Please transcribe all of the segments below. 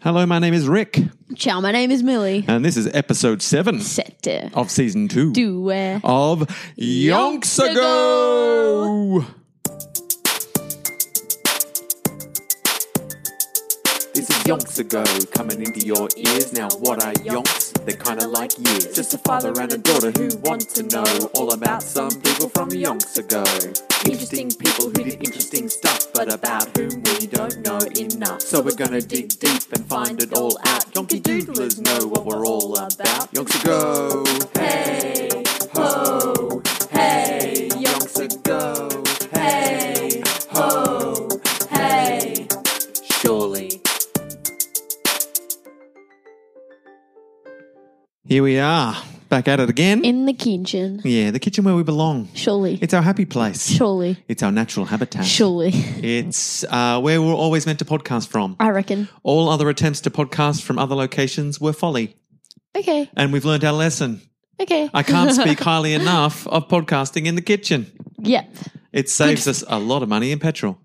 Hello, my name is Rick, Ciao, my name is Millie. and this is episode seven Sette. of season two Due. of Yonks Ago. This is yonks ago, coming into your ears. Now, what are yonks? They're kinda like years. Just a father and a daughter who want to know all about some people from yonks ago. Interesting people who did interesting stuff, but about whom we don't know enough. So we're gonna dig deep and find it all out. Yonky doodlers know what we're all about. Yonks ago, hey ho, hey. Yonks ago, hey ho, hey. Surely. Here we are, back at it again. In the kitchen. yeah, the kitchen where we belong. Surely. It's our happy place. Surely. It's our natural habitat. Surely. It's uh, where we're always meant to podcast from. I reckon. All other attempts to podcast from other locations were folly, Okay. and we've learned our lesson. Okay. I can't speak highly enough of podcasting in the kitchen. Yep. It saves us a lot of money in petrol.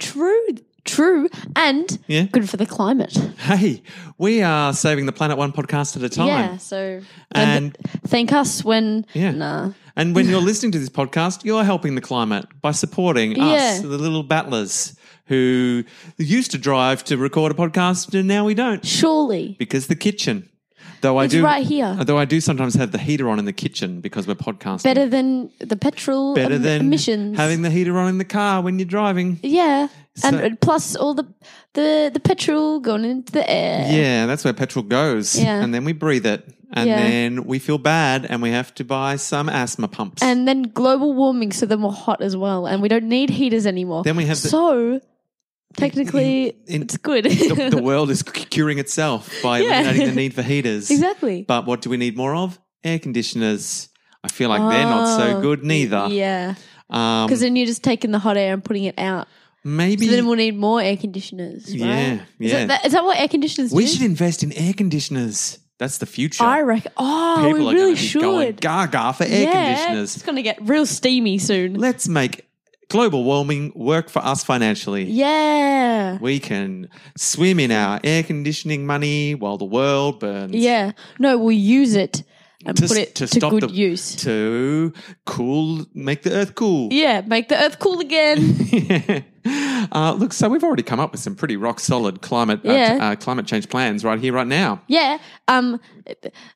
True. True. And Yeah. good for the climate. Hey, we are saving the planet one podcast at a time. Yeah. So And- and thank us when Yeah. nah. And when you're listening to this podcast, you're helping the climate by supporting us, Yeah. the little battlers who used to drive to record a podcast and now we don't Surely. because the kitchen. Though I It's do right here. Though I do sometimes have the heater on in the kitchen because we're podcasting. Better than the petrol Better em- than emissions. having the heater on in the car when you're driving. yeah. So- and plus all the, the the petrol going into the air. Yeah, that's where petrol goes. Yeah. And then we breathe it. And Yeah. then we feel bad and we have to buy some asthma pumps. And then global warming, so then we're hot as well, and we don't need heaters anymore. Then we have the- so technically in- it's good. the, the world is c- curing itself by Yeah. eliminating the need for heaters. exactly. But what do we need more of? Air conditioners. I feel like they're not so Oh, good neither. Yeah, Um, because then you're just taking the hot air and putting it out. maybe So then we'll need more air conditioners. Right? Yeah, Is yeah. that, that, is that what air conditioners we do? should invest in air conditioners. That's the future. I reckon. Oh, People are we really going to be should. going gaga for air yeah, conditioners. It's going to get real steamy soon. Let's make global warming work for us financially. Yeah. We can swim in our air conditioning money while the world burns. Yeah. No, we'll use it and To, put it to, stop good the, use. To cool, make the earth cool. yeah, make the earth cool again. uh, look, so we've already come up with some pretty rock solid climate uh, Yeah. uh, climate change plans right here, right now. Yeah. Um,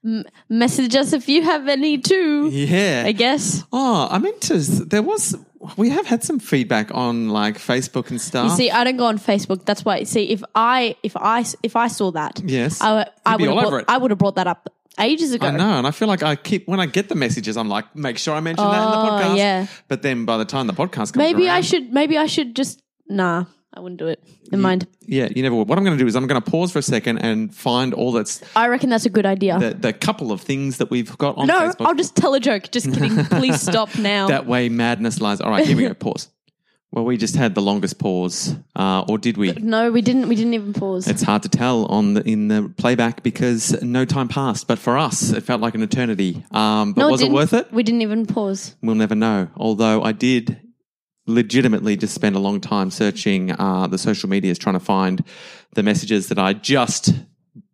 m- message us if you have any too. Yeah. I guess Oh, I meant to. There was. We have had some feedback on like Facebook and you stuff. see, I don't go on Facebook. That's why. See, if I if I if I saw that, yes. I, I You'd be would have all over brought, it. I would have brought that up ages ago. I know, and I feel like I keep when I get the messages, I'm like, make sure I mention that in the Oh, podcast. yeah. But then by the time the podcast comes, Maybe I around- should. Maybe I should just nah. I wouldn't do it. Never mind. Yeah, you never. Would. What I'm going to do is I'm going to pause for a second and find all that's I reckon that's a good idea. the, the couple of things that we've got on. no, Facebook. I'll just tell a joke. Just kidding. Please stop now. That way, madness lies. All right, here we go. Pause. Well, we just had the longest pause, uh, or did we? no, we didn't. We didn't even pause. It's hard to tell on the, in the playback because no time passed. But for us, it felt like an eternity. Um, but no, was it didn't. worth it? We didn't even pause. We'll never know. Although I did legitimately just spend a long time searching uh, the social medias trying to find the messages that I just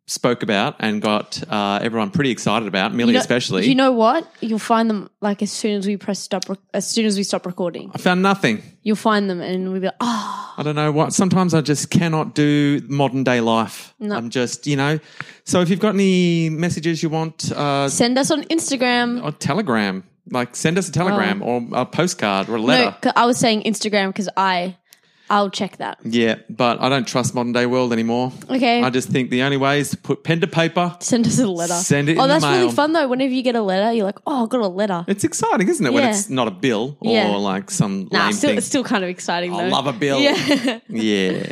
spoke about and got uh, everyone pretty excited about, Millie You know- especially. You know what? You'll find them like as soon as we press stop. rec- As soon as we stop recording, I found nothing. you'll find them, and we'll be like, oh, I don't know what. Sometimes I just cannot do modern day life. I'm just, you know. So if you've got any messages you want, uh, send us on Instagram. or telegram, like send us a telegram or a postcard or a Oh. No, letter. 'cause I was saying Instagram because I, I'll check that. Yeah, but I don't trust modern day world anymore. Okay. I just think the only way is to put pen to paper. Send us a letter. Send it Oh, in the that's mail. really fun though. Whenever you get a letter, you're like, oh, I got a letter. It's exciting, isn't it? When Yeah. it's not a bill or Yeah. like some Nah, lame still, thing. it's still kind of exciting though. I love a bill. Yeah. Yeah.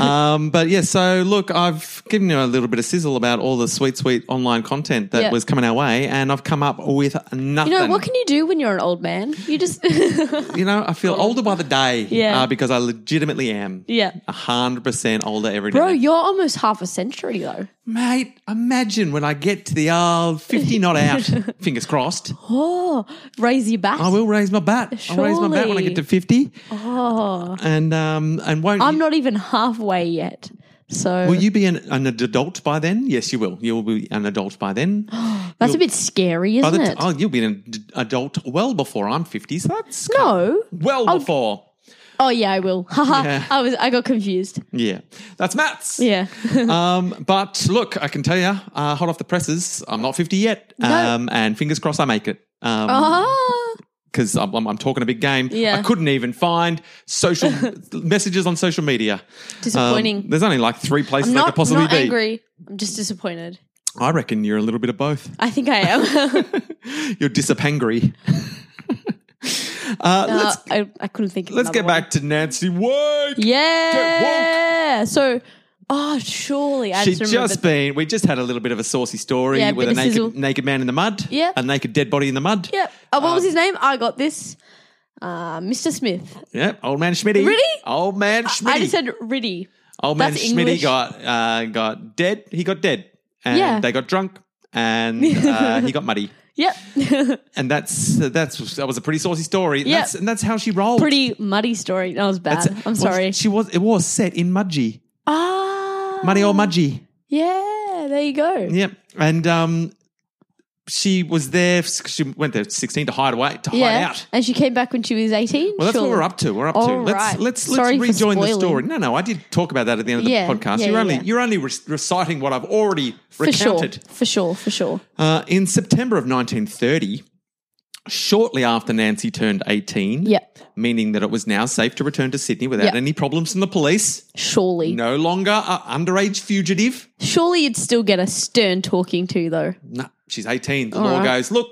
um, but yeah, so look, I've given you a little bit of sizzle about all the sweet, sweet online content that Yeah. was coming our way, and I've come up with nothing. You know what can you do when you're an old man? You just You know, I feel older by the day Yeah. uh, because I legitimately am. Yeah. 100% older every day. bro, you're almost half a century though. Mate, imagine when I get to the old 50 not out, fingers crossed. Oh, raise your back. I will raise my bat. I'll raise my bat when I get to 50. Oh, And um and won't I'm not even halfway yet. So Will you be an, an adult by then? Yes, you will. You will be an adult by then. that's you'll- a bit scary, by isn't the t- it? oh, you'll be an ad- adult well before I'm 50, so that's no. well I'll- before. Oh yeah, I will. Haha. Yeah. I was. I got confused. Yeah, that's Matt's. Yeah. um, but look, I can tell you, uh, hot off the presses, I'm not 50 yet. No. Um, and fingers crossed I make it. Um Ah. because I'm, I'm, I'm talking a big game. Yeah. I couldn't even find social messages on social media. Disappointing. Um, there's only like three places I'm that not, could possibly not be. angry. I'm just disappointed. I reckon you're a little bit of both. I think I am. You're disapangry. uh, Uh, let's I, I couldn't think. Of let's another get one. back to Nancy Wake. Yeah. So, oh, surely I She'd just remembered. just been. We just had a little bit of a saucy story Yeah, a with bit a of sizzle. naked, naked man in the mud. Yeah. a naked dead body in the mud. Yep. Uh, what was Um, his name? I got this. Uh, Mr. Smith. Yep, old man Schmitty. Really? Old man Schmitty. I just said Riddy. Old man That's Schmitty English. got uh, got dead. He got dead, and Yeah. they got drunk, and uh, he got muddy. Yep. And that's that's that was a pretty saucy story. And Yeah. that's, and that's how she rolled. Pretty muddy story. That was bad. That's- I'm well, sorry. She was it was set in Mudgee, Ah. muddy old Mudgee. Yeah. There you go. Yep, and um, she was there. She went there at sixteen to hide away to hide Yeah. out. And she came back when she was 18. Well, that's sure. what we're up to. We're up to. All Let's right. let's Sorry for let's rejoin the spoiling. story. No, no, I did talk about that at the end of the Yeah, podcast. yeah, you're yeah, only yeah. you're only re- reciting what I've already For sure. recounted. For sure. For sure. Uh, in September of 1930, shortly after Nancy turned 18, Yep. meaning that it was now safe to return to Sydney without Yep. any problems from the police. Surely. No longer a underage fugitive. Surely you'd still get a stern talking to, though. No, she's 18. The All law right. goes, look,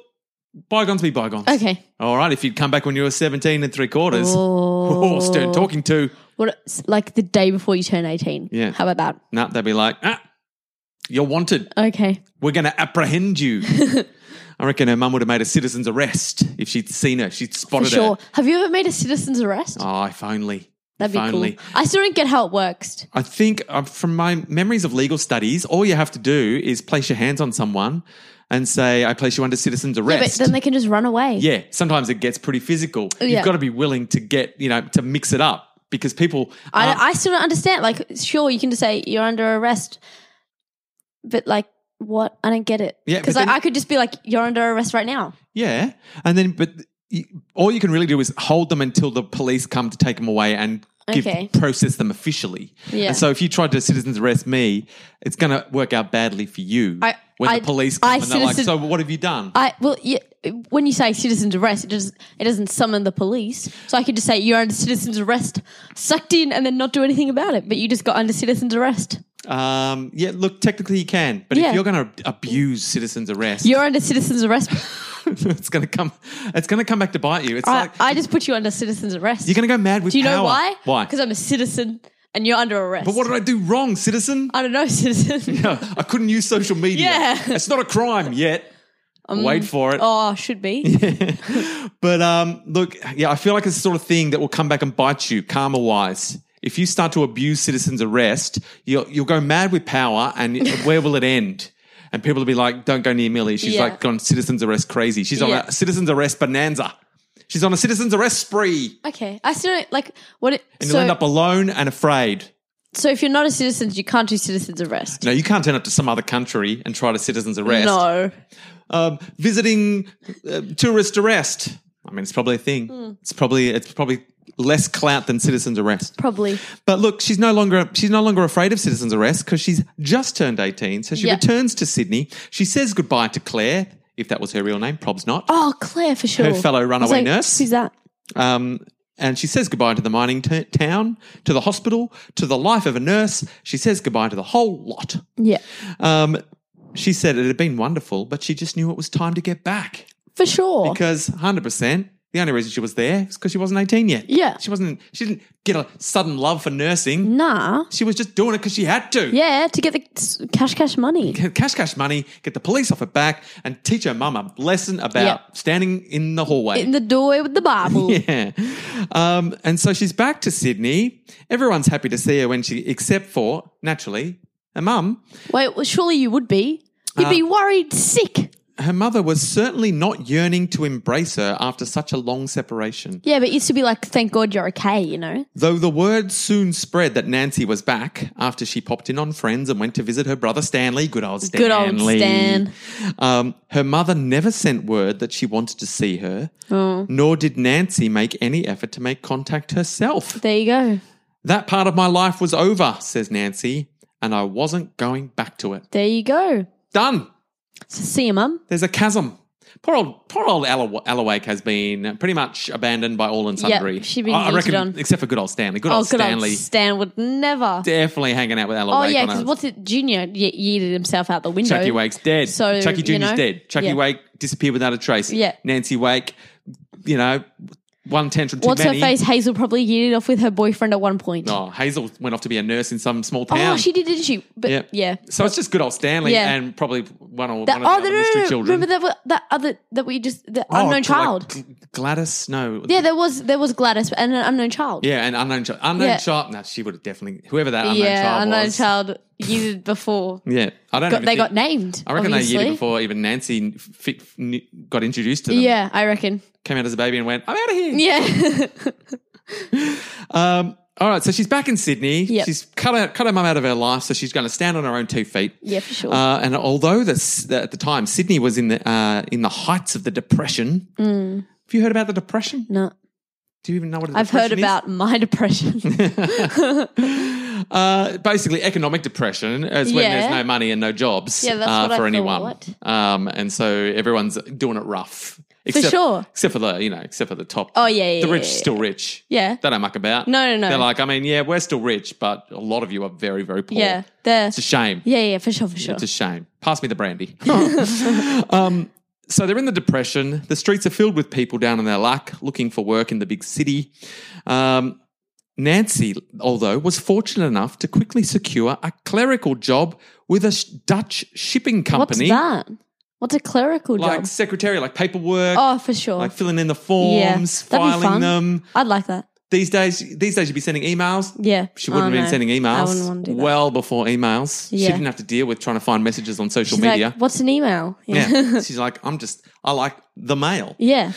bygones be bygones. Okay. All right, if you'd come back when you were 17 and three quarters. Oh. Oh, stern talking to. What, like the day before you turn 18. Yeah. How about No, they'd be like, ah, you're wanted. that? Okay. We're going to apprehend you. I reckon her mum would have made a citizen's arrest if she'd seen her. She'd For spotted sure. her. Have you ever made a citizen's arrest? Oh, if only. That'd be if only. cool. I still don't get how it works. I think uh, from my memories of legal studies, all you have to do is place your hands on someone and say, I place you under citizen's Yeah, but arrest. Yeah, then they can just run away. sometimes it gets pretty physical. Yeah. You've got to be willing to get, you know, to mix it up because people. I, aren't- I still don't understand. Like, sure, you can just say you're under arrest, but like, what? I don't get it. Yeah, but because like, then- I could just be like, you're under arrest right now. yeah. And then, but you, all you can really do is hold them until the police come to take them away and give, Okay. process them officially. Yeah. And so if you tried to citizen's arrest me, it's going to work out badly for you I- when I- the police come I and they're like, citizen- so what have you done? I well, yeah, when you say citizen's arrest, it doesn't it doesn't summon the police. So I could just say you're under citizen's arrest, sucked in, and then not do anything about it. But you just got under citizen's arrest. Um, yeah, look, technically you can, but Yeah. if you're going to abuse citizens' arrest, You're under citizen's arrest. it's going to come. It's going to come back to bite you. It's I, like I just put you under citizen's arrest. you're going to go mad with. do you know power. why? Why? Because I'm a citizen and you're under arrest. But what did I do wrong, citizen? I don't know, citizen. I couldn't use social media. Yeah. it's not a crime yet. Wait for it. oh, should be. But um, look, yeah, I feel like it's the sort of thing that will come back and bite you, karma wise. If you start to abuse citizens' arrest, you'll, you'll go mad with power, and where will it end? And people will be like, "Don't go near Millie. She's Yeah. like gone citizens' arrest crazy. She's on Yeah. a citizens' arrest bonanza. She's on a citizens' arrest spree, Okay, I still don't like what it. and so, you'll end up alone and afraid. so if you're not a citizen, you can't do citizen's arrest. No, you can't turn up to some other country and try to citizens' arrest. No. um, visiting uh, tourist arrest. I mean, it's probably a thing. Hmm. It's probably it's probably less clout than citizens' arrest. probably. But look, she's no longer she's no longer afraid of citizens' arrest because she's just turned eighteen. So she Yeah. returns to Sydney. She says goodbye to Claire, if that was her real name, prob's not. Oh, Claire for sure. Her fellow I was runaway like, nurse. Who's that? Um, and she says goodbye to the mining t- town, to the hospital, to the life of a nurse. She says goodbye to the whole lot. Yeah, Um, she said it had been wonderful, but she just knew it was time to get back for sure. because 100% the only reason she was there is because she wasn't 18 yet. Yeah. Mm. She wasn't, she didn't get a sudden love for nursing. nah. She was just doing it because she had to. Yeah, to get the s- cash, cash money. Get Cash, cash money, get the police off her back, and teach her mum a lesson about Yeah. standing in the hallway. In the doorway with the Bible. yeah. Um, and so she's back to Sydney. Everyone's happy to see her when she, except for, naturally, her mum. Uh, Wait, well, surely you would be. You'd be worried sick. her mother was certainly not yearning to embrace her after such a long separation. Yeah, but it used to be like, thank God you're okay, you know? Though the word soon spread that Nancy was back after she popped in on friends and went to visit her brother Stanley. Good old Stanley. Good old Stan. Um, her mother never sent word that she wanted to see her, Oh. nor did Nancy make any effort to make contact herself. There you go. That part of my life was over, says Nancy, and I wasn't going back to it. There you go. Done. So see you, mum. There's a chasm. Poor old, poor old Allo- Allowake has been pretty much abandoned by all and sundry. she's been I- I yeeted reckon, on. except for good old Stanley. Good Oh, old good Stanley, old Stan would never. definitely hanging out with Oh, Allowake. yeah, on because a- what's it? Junior ye- yeeted himself out the window. Chucky Wake's dead. So, Chucky you Junior's know, dead. Chucky yeah. Wake disappeared without a trace. Yeah. Nancy Wake, you know, one tantrum too What's many. her face? Hazel probably yeeted off with her boyfriend at one point. Oh, Hazel went off to be a nurse in some small town. oh, she did, didn't she? But Yeah. yeah. So it's just good old Stanley Yeah. and probably one or That, one of the oh, other no, no, mystery no, no. children. Remember that, that other, that we just, the Oh, unknown to, like, child. G- Gladys, no. yeah, there was, there was Gladys and an unknown child. Yeah, and unknown child. Unknown Yeah. child. No, she would have definitely whoever that unknown yeah, child unknown was. child yeeted before. Yeah, I don't. Got, even they think- got named. I reckon obviously. they year before even Nancy fit, got introduced to them. Yeah, I reckon. came out as a baby and went, "I'm out of here." Yeah. Um, all right, so she's back in Sydney. Yep. She's cut her, cut her mum out of her life, so she's going to stand on her own two feet. yeah, for sure. Uh, and although this, that at the time Sydney was in the uh, in the heights of the depression, have you heard about the depression? no. Do you even know what? A Mm. I've heard depression is? about my depression. Uh, basically, economic depression is when Yeah. there's no money and no jobs Yeah, that's uh, what I for anyone, thought. Um, and so everyone's doing it rough. Except, sure. Except for the you know, except for the top. Oh, yeah, yeah, the yeah, rich yeah, still rich. Yeah. they don't muck about. No, no, no. They're like, I mean, yeah, we're still rich, but a lot of you are very, very poor. yeah. The, it's a shame. yeah, yeah, for sure, for sure. It's a shame. Pass me the brandy. um, so they're in the depression. The streets are filled with people down on their luck, looking for work in the big city. Um, Nancy, although, was fortunate enough to quickly secure a clerical job with a sh- Dutch shipping What's company, that? What's a clerical like job? secretary, like paperwork, Oh, for sure. like filling in the forms, That'd be filing fun. them. I'd like that. These days, these days, you'd be sending emails. Yeah. She wouldn't Oh, have been no. sending I emails wouldn't want to do that. well before emails. She Yeah. didn't have to deal with trying to find messages on social She's media. like, what's an email? Yeah. She's like, I'm just, I like the mail. yeah.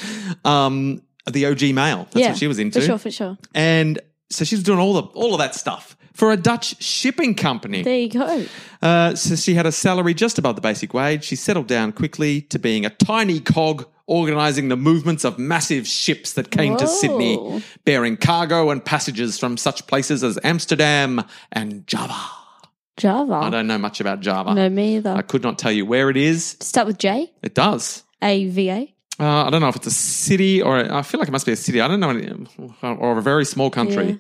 Um, the OG mail. That's yeah. what she was into. For sure, for sure. And so she was doing all the all of that stuff for a Dutch shipping company. There you go. Uh, so she had a salary just above the basic wage. She settled down quickly to being a tiny cog organizing the movements of massive ships that came to Whoa. Sydney, bearing cargo and passengers from such places as Amsterdam and Java. Java. I don't know much about Java. no, me either. I could not tell you where it is. Start with J. It does. A V A. Uh, I don't know if it's a city or I feel like it must be a city. I don't know any, or a very small country. Yeah.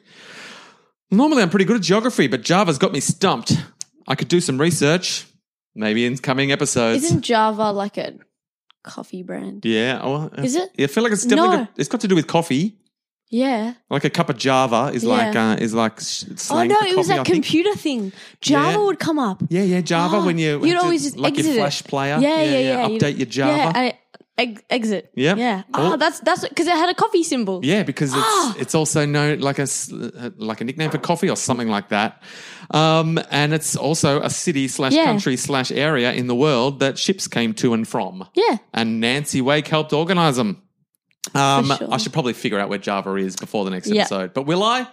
Normally, I'm pretty good at geography, but Java's got me stumped. I could do some research, maybe in coming episodes. Isn't Java like a coffee brand? yeah, oh, Is it? I feel like it's definitely No. got, it's got to do with coffee. Yeah. Like a cup of Java is Yeah. like uh, is like s- Oh slang no, for it coffee, was that I think. computer thing. Java Yeah. would come up. Yeah, yeah, Java. Ah, when you you'd always just like your exit it. flash player. Yeah, yeah, yeah. You'd- Update your Java. Yeah, I, eg- exit. Yep. Yeah. Oh. Oh, that's that's because it had a coffee symbol. Yeah, because it's Ah! it's also known like a s- uh, like a nickname for coffee or something like that, um, and it's also a city slash Yeah. country slash area in the world that ships came to and from. Yeah. And Nancy Wake helped organize them. Um, For sure. I should probably figure out where Java is before the next Yeah. episode, but will I?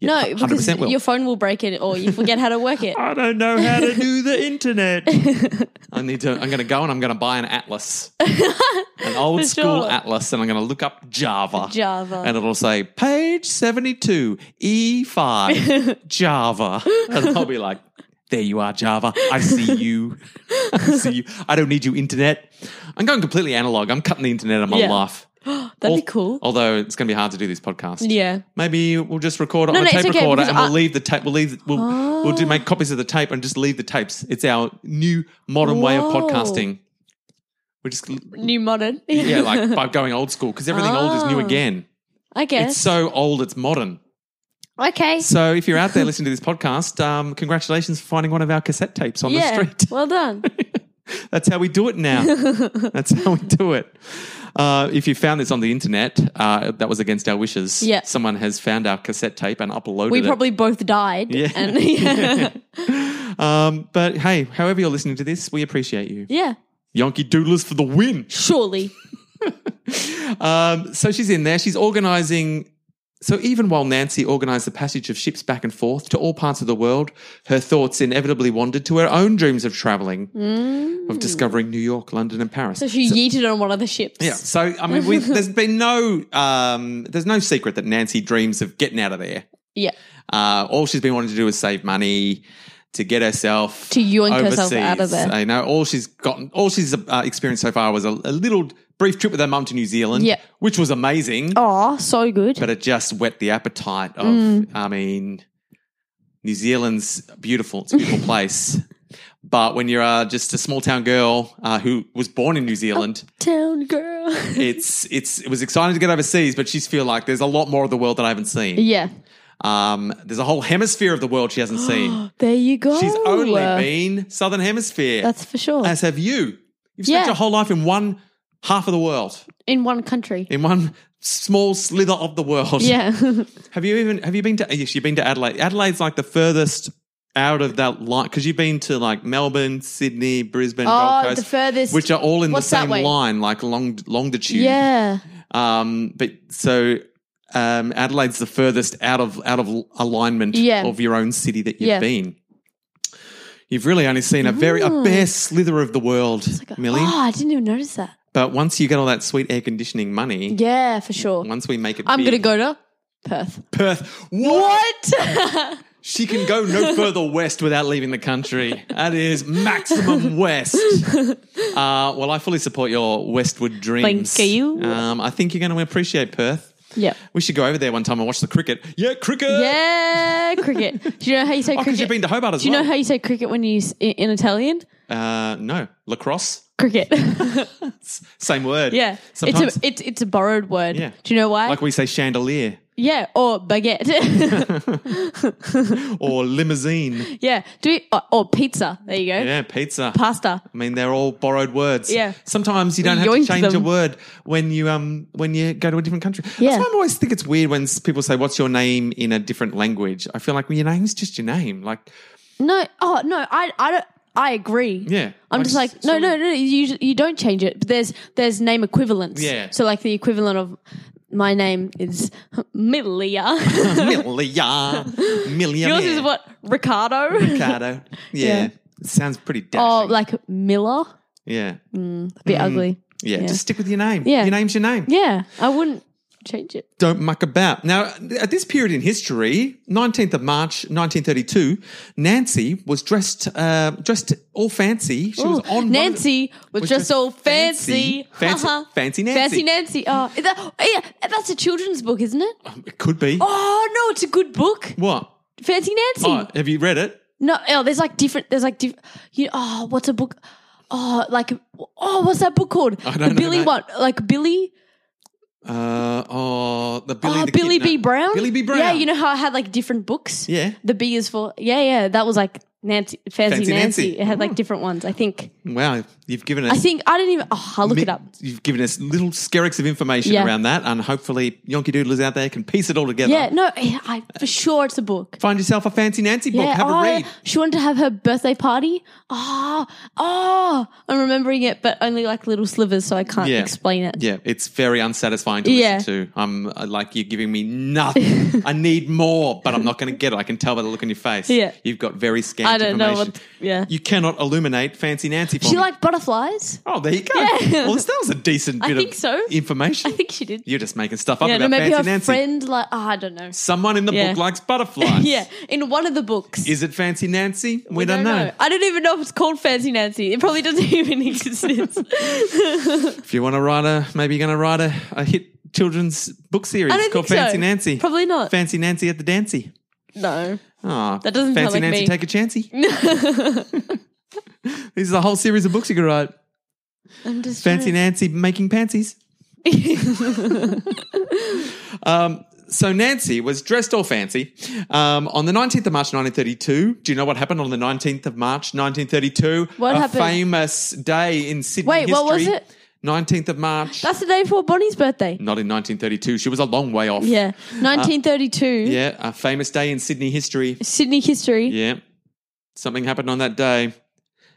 No, Yeah, because 100% will. your phone will break it or you forget how to work it. I don't know how to do the internet. I need to. I'm going to go and I'm going to buy an atlas, an old For school sure. atlas, and I'm going to look up Java. Java. and it'll say page seventy-two, E five, Java, and I'll be like, "There you are, Java. I see you. I see you. I don't need you, internet. I'm going completely analog. I'm cutting the internet out of my Yeah. life. That'd be Al- cool. Although it's going to be hard to do this podcast. Yeah. Maybe we'll just record it No, on no, a it's tape okay, recorder because and we'll I- leave the tape. We'll leave. We'll we'll do make copies of the tape and just leave the tapes. It's our new modern way of Whoa. podcasting. We're just New modern. yeah, like by going old school because everything old is new Oh. again. I It's guess. so old, it's modern. okay. So if you're out there listening to this podcast, um, congratulations for finding one of our cassette tapes on yeah. the street. Well done. That's how we do it now. That's how we do it. Uh, if you found this on the internet, uh, that was against our wishes. Yeah. Someone has found our cassette tape and uploaded We it. probably both died. Yeah. And yeah. Um, but hey, however you're listening to this, we appreciate you. yeah. Yonky Doodlers for the win. Surely. Um, so she's in there. She's organising. So even while Nancy organised the passage of ships back and forth to all parts of the world, her thoughts inevitably wandered to her own dreams of travelling, of discovering New York, London, and Paris. So she yeeted on one of the ships. yeah. So I mean, we, there's been no um, there's no secret that Nancy dreams of getting out of there. Yeah. Uh, all she's been wanting to do is save money to get herself To yoink herself out of overseas. there. You know, all she's gotten, all she's uh, experienced so far was a, a little brief trip with her mum to New Zealand, Yeah. which was amazing, Oh, so good. but it just whet the appetite of. Mm. I mean, New Zealand's beautiful; it's a beautiful place. But when you're uh, just a small town girl uh, who was born in New Zealand, Town girl. it's it's it was exciting to get overseas. But she's feel like there's a lot more of the world that I haven't seen. yeah. Um, there's a whole hemisphere of the world she hasn't seen. There you go. She's only been Southern Hemisphere. That's for sure. as have you. You've spent Yeah. your whole life in one half of the world, In one country. in one small slither of the world. yeah. Have you even have you been to? Yes, you've been to Adelaide. Adelaide's like the furthest out of that line because you've been to like Melbourne, Sydney, Brisbane, Oh, Gold the Coast, furthest- which are all in What's the that same way? line, like long longitude. yeah. Um, but so um, Adelaide's the furthest out of out of alignment Yeah. of your own city that you've Yeah. been. You've really only seen a very a Mm. bare slither of the world, Millie. Oh, I didn't even notice that. But once you get all that sweet air conditioning money, Yeah, for sure. once we make it, I'm big- going to go to Perth. Perth. What? What? She can go no further west without leaving the country. That is maximum west. Uh, well, I fully support your westward dreams. Thank you. Um, I think you're going to appreciate Perth. yeah. We should go over there one time and watch the cricket. Yeah, cricket. Yeah, cricket. Do you know how you say Oh, cricket? because you've been to Hobart as Do you well. know how you say cricket when you s- in, in Italian? uh, no, lacrosse. Cricket. Same word. yeah. Sometimes, It's a it's it's a borrowed word. Yeah. Do you know why? like we say chandelier yeah, or baguette. or limousine. yeah. Do we, or, or pizza. There you go. Yeah, pizza. Pasta. I mean, they're all borrowed words. Yeah. Sometimes you don't have to Yoinked change a them. word when you um when you go to a different country. Yeah. That's why I always think it's weird when s- people say, "What's your name?" in a different language. I feel like well, your name's just your name. Like, No. Oh no. I I don't. I agree. Yeah. I'm Like just like so- no, no, no. You you don't change it. But there's there's name equivalents. Yeah. So like the equivalent of my name is Milia. Milia, Milia. Yours is what Ricardo. Ricardo. Yeah. Yeah. It sounds pretty dashing. Oh, like Miller. yeah. A bit ugly. Mm. yeah. yeah. Just stick with your name. Yeah. Your name's your name. Yeah. I wouldn't change it. don't muck about. Now, at this period in history, 19th of March, 1932, Nancy was dressed, uh, dressed all fancy. She was Ooh, on one of the- Oh, Nancy was was just, just so fancy. fancy- Haha. fancy Nancy. Fancy Nancy. Oh, is that, yeah, that's a children's book, isn't it? It could be. Oh no, it's a good book. What? Fancy Nancy. Oh, have you read it? No, oh, there's like different. There's like different. You oh, what's a book? Oh, like oh, what's that book called? I don't the know, Billy mate. one, like Billy. Uh, oh, the Billy, oh, the Billy Kidna- B. Brown. Billy B. Brown. Yeah, you know how I had like different books. Yeah. The B is for yeah, yeah. That was like Nancy, fancy, Fancy Nancy. Nancy. It had like different ones. I think. Wow, you've given us. I think I didn't even. Oh, I'll look it up. You've given us little skerricks of information Yeah. around that, and hopefully, Yonky Doodlers out there can piece it all together. Yeah, no, I, I for sure it's a book. Find yourself a fancy Nancy book. Yeah, Have oh, a read. she wanted to have her birthday party. Ah, ah, I'm remembering it, but only like little slivers, so I can't Yeah. explain it. Yeah, it's very unsatisfying to Yeah. listen to. I'm uh, like, you're giving me nothing. I need more, but I'm not going to get it. I can tell by the look on your face. Yeah. You've got very scant I don't know information. what. Yeah, You cannot illuminate Fancy Nancy for she me. liked butterflies. oh, there you go. Yeah. Well, that was a decent I bit think of so. information. I think she did. You're just making stuff up yeah, about no, maybe Fancy her Nancy. friend like ah, I don't know. Someone in the Yeah. book likes butterflies. Yeah, in one of the books. Is it Fancy Nancy? We, don't, know. I don't even know if it's called Fancy Nancy. It probably doesn't even exist. If you want to write a, maybe you're going to write a, a hit children's book series I don't called think so. Fancy Nancy. Probably not. Fancy Nancy at the Dancy. no. Oh, That doesn't fancy sound like Nancy me. take a chancey. These are the whole series of books you could write. I'm just Fancy trying- Nancy making pansies. um, so Nancy was dressed all fancy um, on the 19th of March 1932. Do you know what happened on the 19th of March 1932? What a happened? famous day in Sydney Wait, history. what was it? 19th of March. That's the day before Bonnie's birthday. Not in 1932. She was a long way off. Yeah, 1932. Uh, Yeah, a famous day in Sydney history. Sydney history. Yeah. Something happened on that day.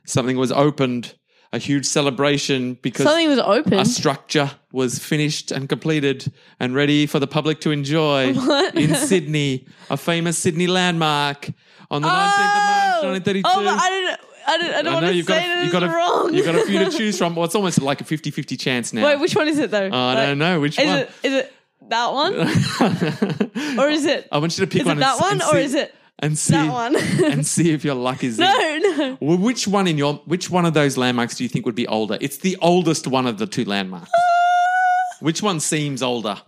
Something was opened a huge celebration because Something was open. a structure was finished and completed and ready for the public to enjoy in Sydney, a famous Sydney landmark on the 19th of March 1932. Oh, my, I don't. I don't, I don't I want know to you've got, say that a, it's you've, got wrong. a, you've got a few to choose from. Well, it's almost like a 50 50 chance now. Wait, which one is it though? Oh, I Like, don't know which Is one. it is it that one or is it? I want you to pick is one. it that and, s- one and or see, is it and see, that one? and see if your luck is in. no, no. Well, which one in your which one of those landmarks do you think would be older? It's the oldest one of the two landmarks. which one seems older?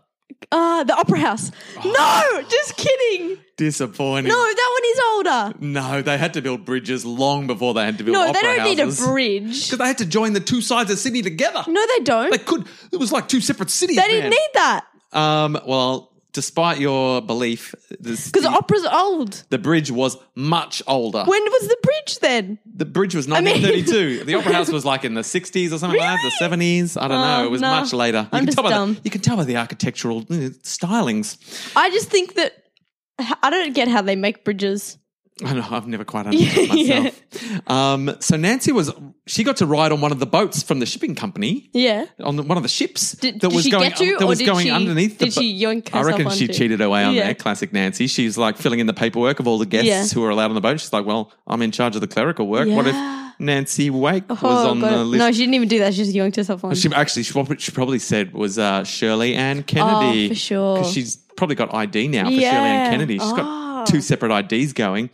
Uh, the Opera House. No, just kidding. Disappointing. No, that one is older. No, they had to build bridges long before they had to build No, opera they don't need a houses. bridge. Because they had to join the two sides of Sydney together. No, they don't. They could. It was like two separate cities. they didn't man. need that Um, well, despite your belief, this, because the, opera's old. the bridge was much older. When was the bridge then? the bridge was mean- 1932. the opera house was like in the 60s or something like that, the 70s. I don't Oh, know. It was no. much later. You can I'm just tell by dumb. The, you can tell by the architectural mm, stylings. I just think that I don't get how they make bridges. I know. I've never quite understood Yeah. myself. Um, so Nancy was she got to ride on one of the boats from the shipping company. Yeah. on the, one of the ships Did- that did was she going get you, that or was did going she- underneath. the did bu- she yoink I reckon herself she onto it? cheated her way on Yeah. there. Classic Nancy. She's like filling in the paperwork of all the guests Yeah. who are allowed on the boat. She's like, "Well, I'm in charge of the clerical work. What Yeah. if Nancy Wake was on Oh, God. the list?" No, she didn't even do that. She just yoinked herself on. She actually, she prob- she probably said was uh, Shirley Ann Kennedy. Oh, for sure. 'Cause she's probably got ID now for Yeah. Shirley Ann Kennedy. She's Oh. got two separate IDs going.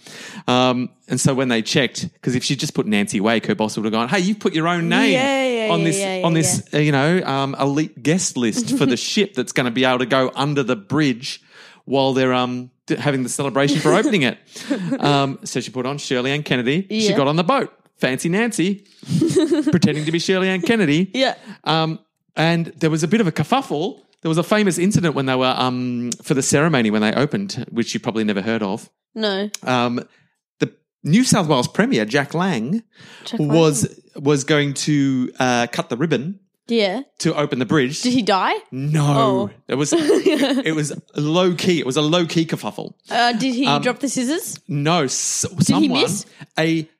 Um, and so when they checked, because if she just put Nancy Wake, her boss would have gone, "Hey, you've put your own name Yeah, yeah, on yeah, this yeah, yeah, on this, uh, you know, um, elite guest list for the ship that's going to be able to go under the bridge while they're um." d- Having the celebration for opening it, um, so she put on Shirley Ann Kennedy. She Yeah. got on the boat, fancy Nancy, pretending to be Shirley Ann Kennedy. yeah. Um, and there was a bit of a kerfuffle. There was a famous incident when they were um, for the ceremony when they opened, which you probably never heard of. No. Um, the New South Wales Premier Jack Lang Jack Lang. was was going to uh, cut the ribbon Yeah. to open the bridge. Did he die? No, Oh. it was it was low key. It was a low key kerfuffle. Uh, did he Um, drop the scissors? No, s- he someone miss? a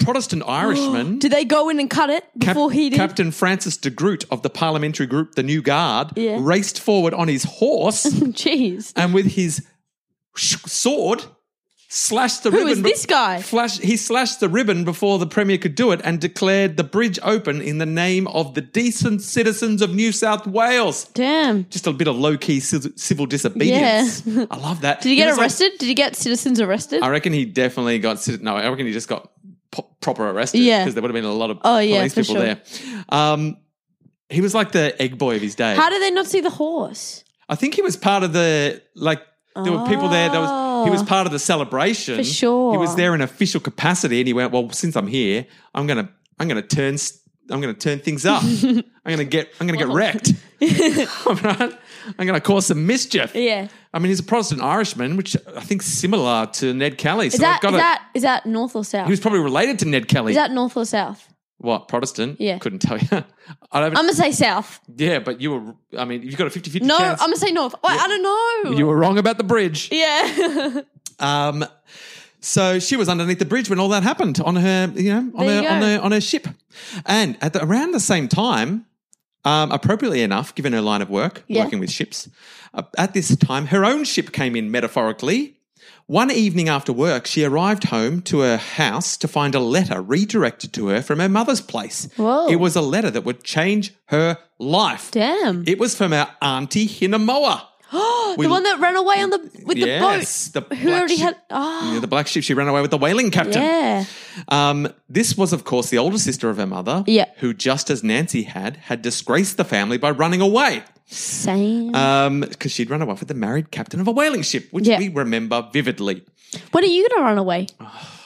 Protestant Irishman. Did they go in and cut it Cap- before he did? Captain Francis de Groot of the parliamentary group, the New Guard, Yeah. raced forward on his horse Jeez. and with his sh- sword slashed the Who ribbon. is this guy? Flash, he slashed the ribbon before the Premier could do it and declared the bridge open in the name of the decent citizens of New South Wales. Damn. Just a bit of low key civil disobedience. I love that. Did he get was like- arrested? did he get citizens arrested? I reckon he definitely got sit- no. I reckon he just got po- proper arrested. Yeah. because there would have been a lot of Oh, yeah, police for people sure. there. Um, he was like the egg boy of his day. How did they not see the horse? I think he was part of the like. There were people there. That was he was Oh. part of the celebration. For sure. he was there in official capacity, and he went. Well, since I'm here, I'm gonna I'm gonna turn s- I'm gonna turn things up. I'm gonna get I'm gonna get wrecked. All right, I'm gonna cause some mischief. Yeah. I mean, he's a Protestant Irishman, which I think is similar to Ned Kelly. So Is that I've got is to- that is that north or south? He was probably related to Ned Kelly. Is that north or south? what, Protestant? Yeah. Couldn't tell you. I don't, I'm gonna say south. yeah, but you were, I mean, you've got a 50 50 No, chance. I'm gonna say north. Wait, I don't know. you were wrong about the bridge. yeah. Um, so she was underneath the bridge when all that happened on her, you know, on There her, you on go. her on her ship, and at the, around the same time, um, appropriately enough, given her line of work, Yeah. working with ships, uh, at this time her own ship came in metaphorically. One evening after work, she arrived home to her house to find a letter redirected to her from her mother's place. Whoa. It was a letter that would change her life. Damn. It was from her auntie Hinamoa. the one that ran away on the with Yes, the boat. the who black already sheep. had Ah Yeah, the black sheep. She ran away with the whaling captain. Yeah. Um, this was, of course, the older sister of her mother, Yeah. who, just as Nancy had, had disgraced the family by running away Same. because she'd run away with the married captain of a whaling ship, which Yeah. we remember vividly. when are you gonna run away?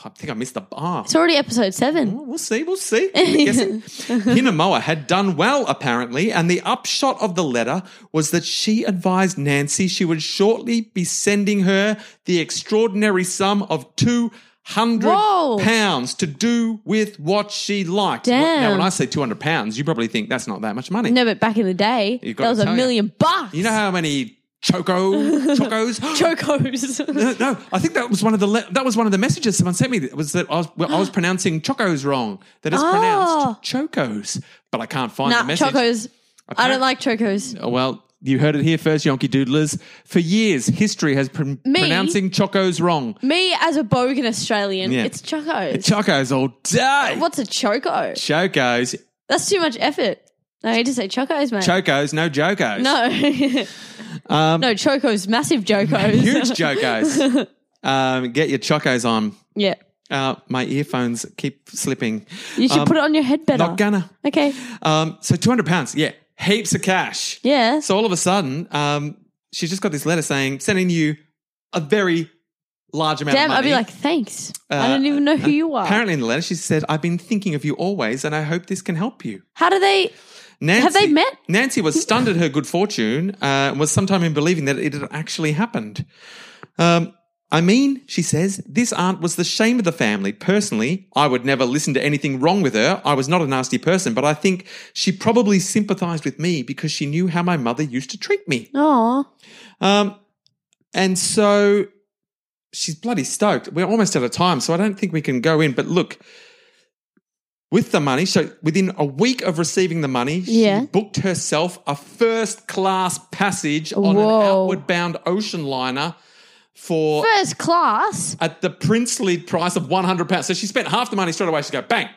I think I missed the bar. It's already episode seven. We'll see. We'll see. I'm guessing. Hinamoa had done well, apparently, and the upshot of the letter was that she advised Nancy she would shortly be sending her the extraordinary sum of two hundred Whoa. pounds to do with what she liked. Now, Damn. when I say two hundred pounds, you probably think that's not that much money. No, but back in the day, You've got that to was a tell you. million bucks. You know how many choco chocos. Chocos. Uh, No, no, I think that was one of the le- that was one of the messages someone sent me. That was that I was, well, I was pronouncing chocos wrong. That it's Oh. pronounced chocos, but I can't find nah, the message. chocos. I don't like chocos. Oh, Well, you heard it here first, Yonky Doodlers. For years, history has pr- pronouncing chocos wrong. Me as a bogan Australian, Yeah. it's chocos. Chocos all day. What's a choco? Chocos, That's too much effort. I hate to say chocos, mate. chocos, no jocos. no. no, chocos, massive chocos. Um, Huge chocos. um, get your chocos on. yeah. Uh, my earphones keep slipping. You should Um, put it on your head better. Not gonna. Okay. Um, so 200 pounds. Yeah. Heaps of cash. Yeah. So all of a sudden, um, she's just got this letter saying, sending you a very large amount Damn, of I'd money. be like, thanks. I Uh, don't even know who you are. Apparently, in the letter, she said, I've been thinking of you always, and I hope this can help you. How do they? Nancy, Have they met? Nancy was stunned at her good fortune uh, and was sometime in believing that it had actually happened. Um, I mean, she says, this aunt was the shame of the family. Personally, I would never listen to anything wrong with her. I was not a nasty person, but I think she probably sympathized with me because she knew how my mother used to treat me. Oh, Um, and so she's bloody stoked. We're almost out of time, so I don't think we can go in. But look, with the money, so within a week of receiving the money, Yeah. she booked herself a first class passage on Whoa. an outward bound ocean liner for first class, at the princely price of one hundred pounds. So she spent half the money straight away. She go bang,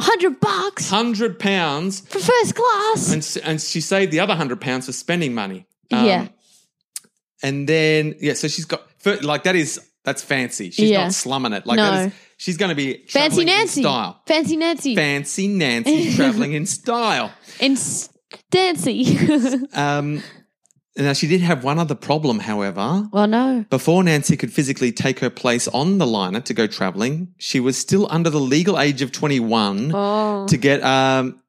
hundred bucks hundred pounds, for first class. and s- and she saved the other hundred pounds for spending money. Um, yeah. And then yeah, so she's got fir- like that is that's fancy. She's Yeah. not slumming it. Like No. that is, she's going to be Fancy traveling in Nancy. style. Fancy Nancy. Fancy Nancy traveling in style. and s- Nancy. Um, now she did have one other problem, however. well, no. Before Nancy could physically take her place on the liner to go traveling, she was still under the legal age of 21 Oh. to get um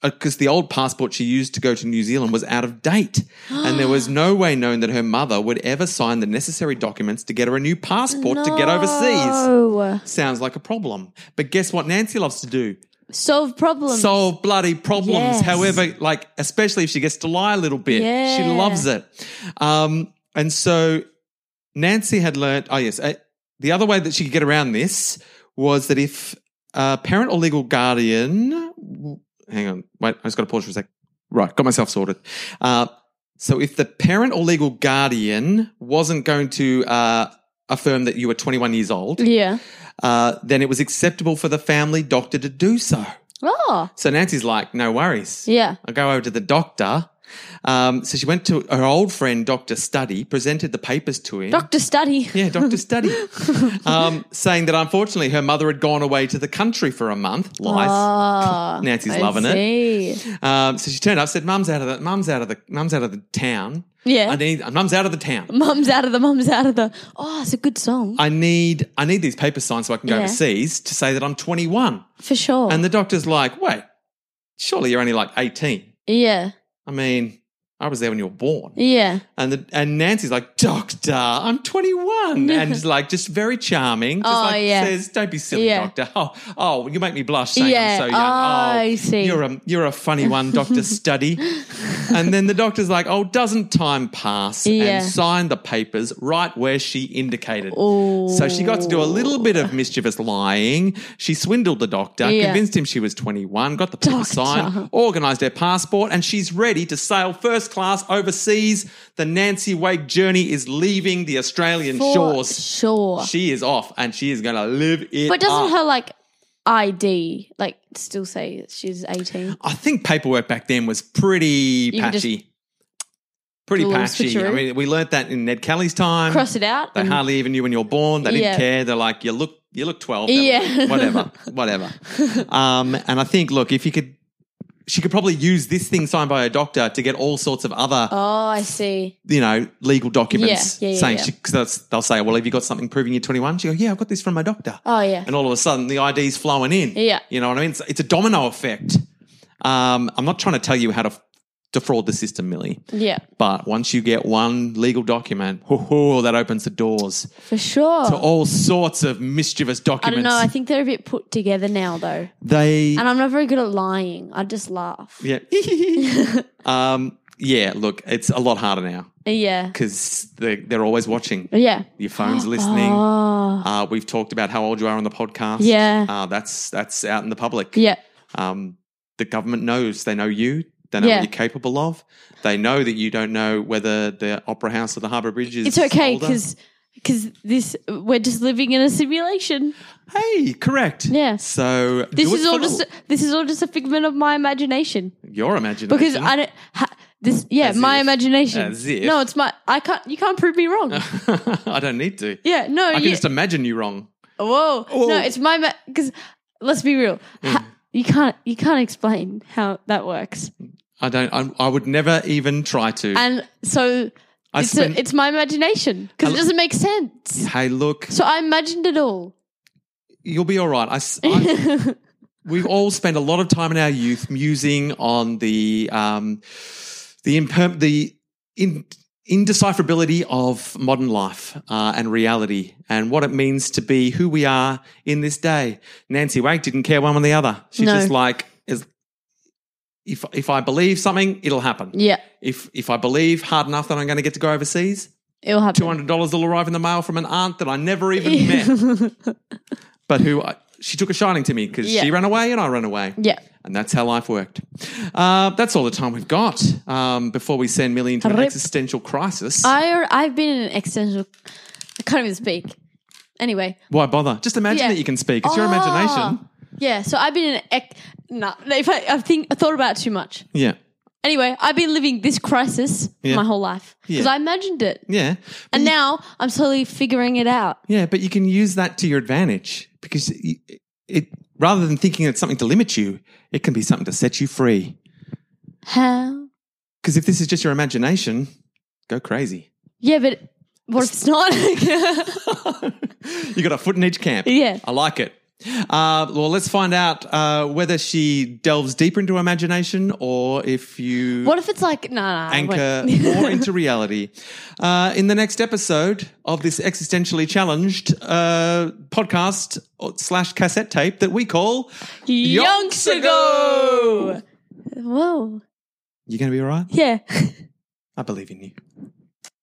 because the old passport she used to go to New Zealand was out of date, and there was no way known that her mother would ever sign the necessary documents to get her a new passport to get overseas. No. Sounds like a problem, but guess what? Nancy loves to do Solve problems. solve bloody problems. Yes. However, like especially if she gets to lie a little bit, she Yeah. loves it. Um, and so Nancy had learnt. Oh yes, uh, the other way that she could get around this was that if a parent or legal guardian, hang on, wait, I just got to pause for a sec. Right, got myself sorted. Uh, so if the parent or legal guardian wasn't going to uh, affirm that you were 21 years old, Yeah. uh, then it was acceptable for the family doctor to do so. Oh. So Nancy's like, no worries. Yeah. I'll go over to the doctor. Um, so she went to her old friend, Dr. Study, presented the papers to him. Doctor Study. yeah, Dr. Study. um, saying that unfortunately her mother had gone away to the country for a month. Lies. Oh, Nancy's I loving it. see. Um, so she turned up, said, Mum's out of the mum's out of the mum's out of the town. Yeah. I need mum's out of the town. Mum's out of the mum's out of the. Oh, it's a good song I need I need these papers signed so I can go Yeah. overseas to say that I'm twenty one. for sure. And the doctor's like, wait, surely you're only like eighteen. yeah, I mean, I was there when you were born. yeah, And the, and Nancy's like, Doctor, I'm 21. and is like, just very charming. Just Oh, like yeah. says, Don't be silly, Yeah. Doctor. Oh, oh, you make me blush saying Yeah. I'm so young. Oh, Oh, I see. You're a, you're a funny one, Doctor Study. And then the doctor's like, Oh, doesn't time pass? Yeah. And signed the papers right where she indicated. So she got to do a little bit of mischievous lying. She swindled the doctor, Yeah. convinced him she was 21, got the paper Doctor. signed, organised her passport, and she's ready to sail first class overseas. The Nancy Wake journey is leaving the Australian for shores. sure. She is off and she is going to live it but doesn't up. her like ID like still say that she's eighteen? I think paperwork back then was pretty You could just patchy. Pretty do a little patchy. I switcheroo. mean, we learnt that in Ned Kelly's time. Cross it out. They and- hardly even knew when you were born. They didn't Yeah. care. They're like, you look, you look twelve. Yeah. whatever, whatever. Um, and I think, look, if you could, she could probably use this thing signed by her doctor to get all sorts of other, oh, I see. you know, legal documents Yeah, yeah, yeah, saying yeah. she, cause that's- they'll say, well, have you got something proving you're 21? She go, yeah, I've got this from my doctor. Oh yeah. And all of a sudden, the ID's flowing in. Yeah. you know what I mean. It's, it's a domino effect. Um, I'm not trying to tell you how to f- defraud the system, Millie. Yeah, But once you get one legal document, oh, that opens the doors for sure. to all sorts of mischievous I documents. don't know. I think they're a bit put together now, though, they and I'm not very good at lying. I just laugh. yeah. um yeah, look, it's a lot harder now Yeah. because they, they're always watching. Yeah. Your phone's listening. Oh. Uh, we've talked about how old you are on the podcast. Yeah. Uh, that's that's out in the public. Yeah. Um, the government knows. They know you. They know Yeah. what you're capable of. They know that you don't know whether the Opera House or the Harbour Bridge is. It's okay older. because this we're just living in a simulation. hey, correct. Yeah. So This do it is all for the- just this is all just a figment of my imagination your imagination. because I don't. Ha, this yeah, As my if. imagination. As if. No, it's my. I can't. You can't prove me wrong. I don't need to. yeah. No. I can you, just imagine you wrong. Whoa. Whoa. Hmm. No, it's my because let's be real. Ha- you can't you can't explain how that works. I don't. I, I would never even try to. And so I it's spent- a, it's my imagination because I- it doesn't make sense. hey, look, So I imagined it all. you'll be all right. I s I we've all spent a lot of time in our youth musing on the um, the imper- the in- indecipherability of modern life uh, and reality and what it means to be who we are in this day. Nancy Wake didn't care one way or the other. She's No. just like is. If, if I believe something, it'll happen. yeah, If if I believe hard enough that I'm going to get to go overseas, it'll happen. two hundred dollars will arrive in the mail from an aunt that I never even met, but who I, she took a shining to me because Yeah. she ran away and I ran away. yeah. And that's how life worked. Uh, that's all the time we've got um, before we send Millie into an Rip. Uh, existential crisis. I I've been in an existential. I can't even speak. Anyway, Why bother? Just imagine Yeah. Ah. that you can speak. It's your imagination. yeah. So I've been in an ec- nah. If I I think I thought about it too much. Yeah. Anyway, I've been living this crisis Yeah. my whole life because Yeah. I imagined it, Yeah. But and you- now I'm slowly figuring it out. yeah, but you can use that to your advantage because it, it rather than thinking it's something to limit you, it can be something to set you free. How? Because if this is just your imagination, go crazy. Yeah, but what if it's not? you got a foot in each camp. Yeah. I like it. Uh, well, let's find out uh, whether she delves deeper into imagination or if you what if it's like no, nah, nah, anchor wait. more into reality. Uh, in the next episode of this existentially challenged uh, podcast slash cassette tape that we call Yonks ago. Whoa. You going to be all right? Yeah. I believe in you.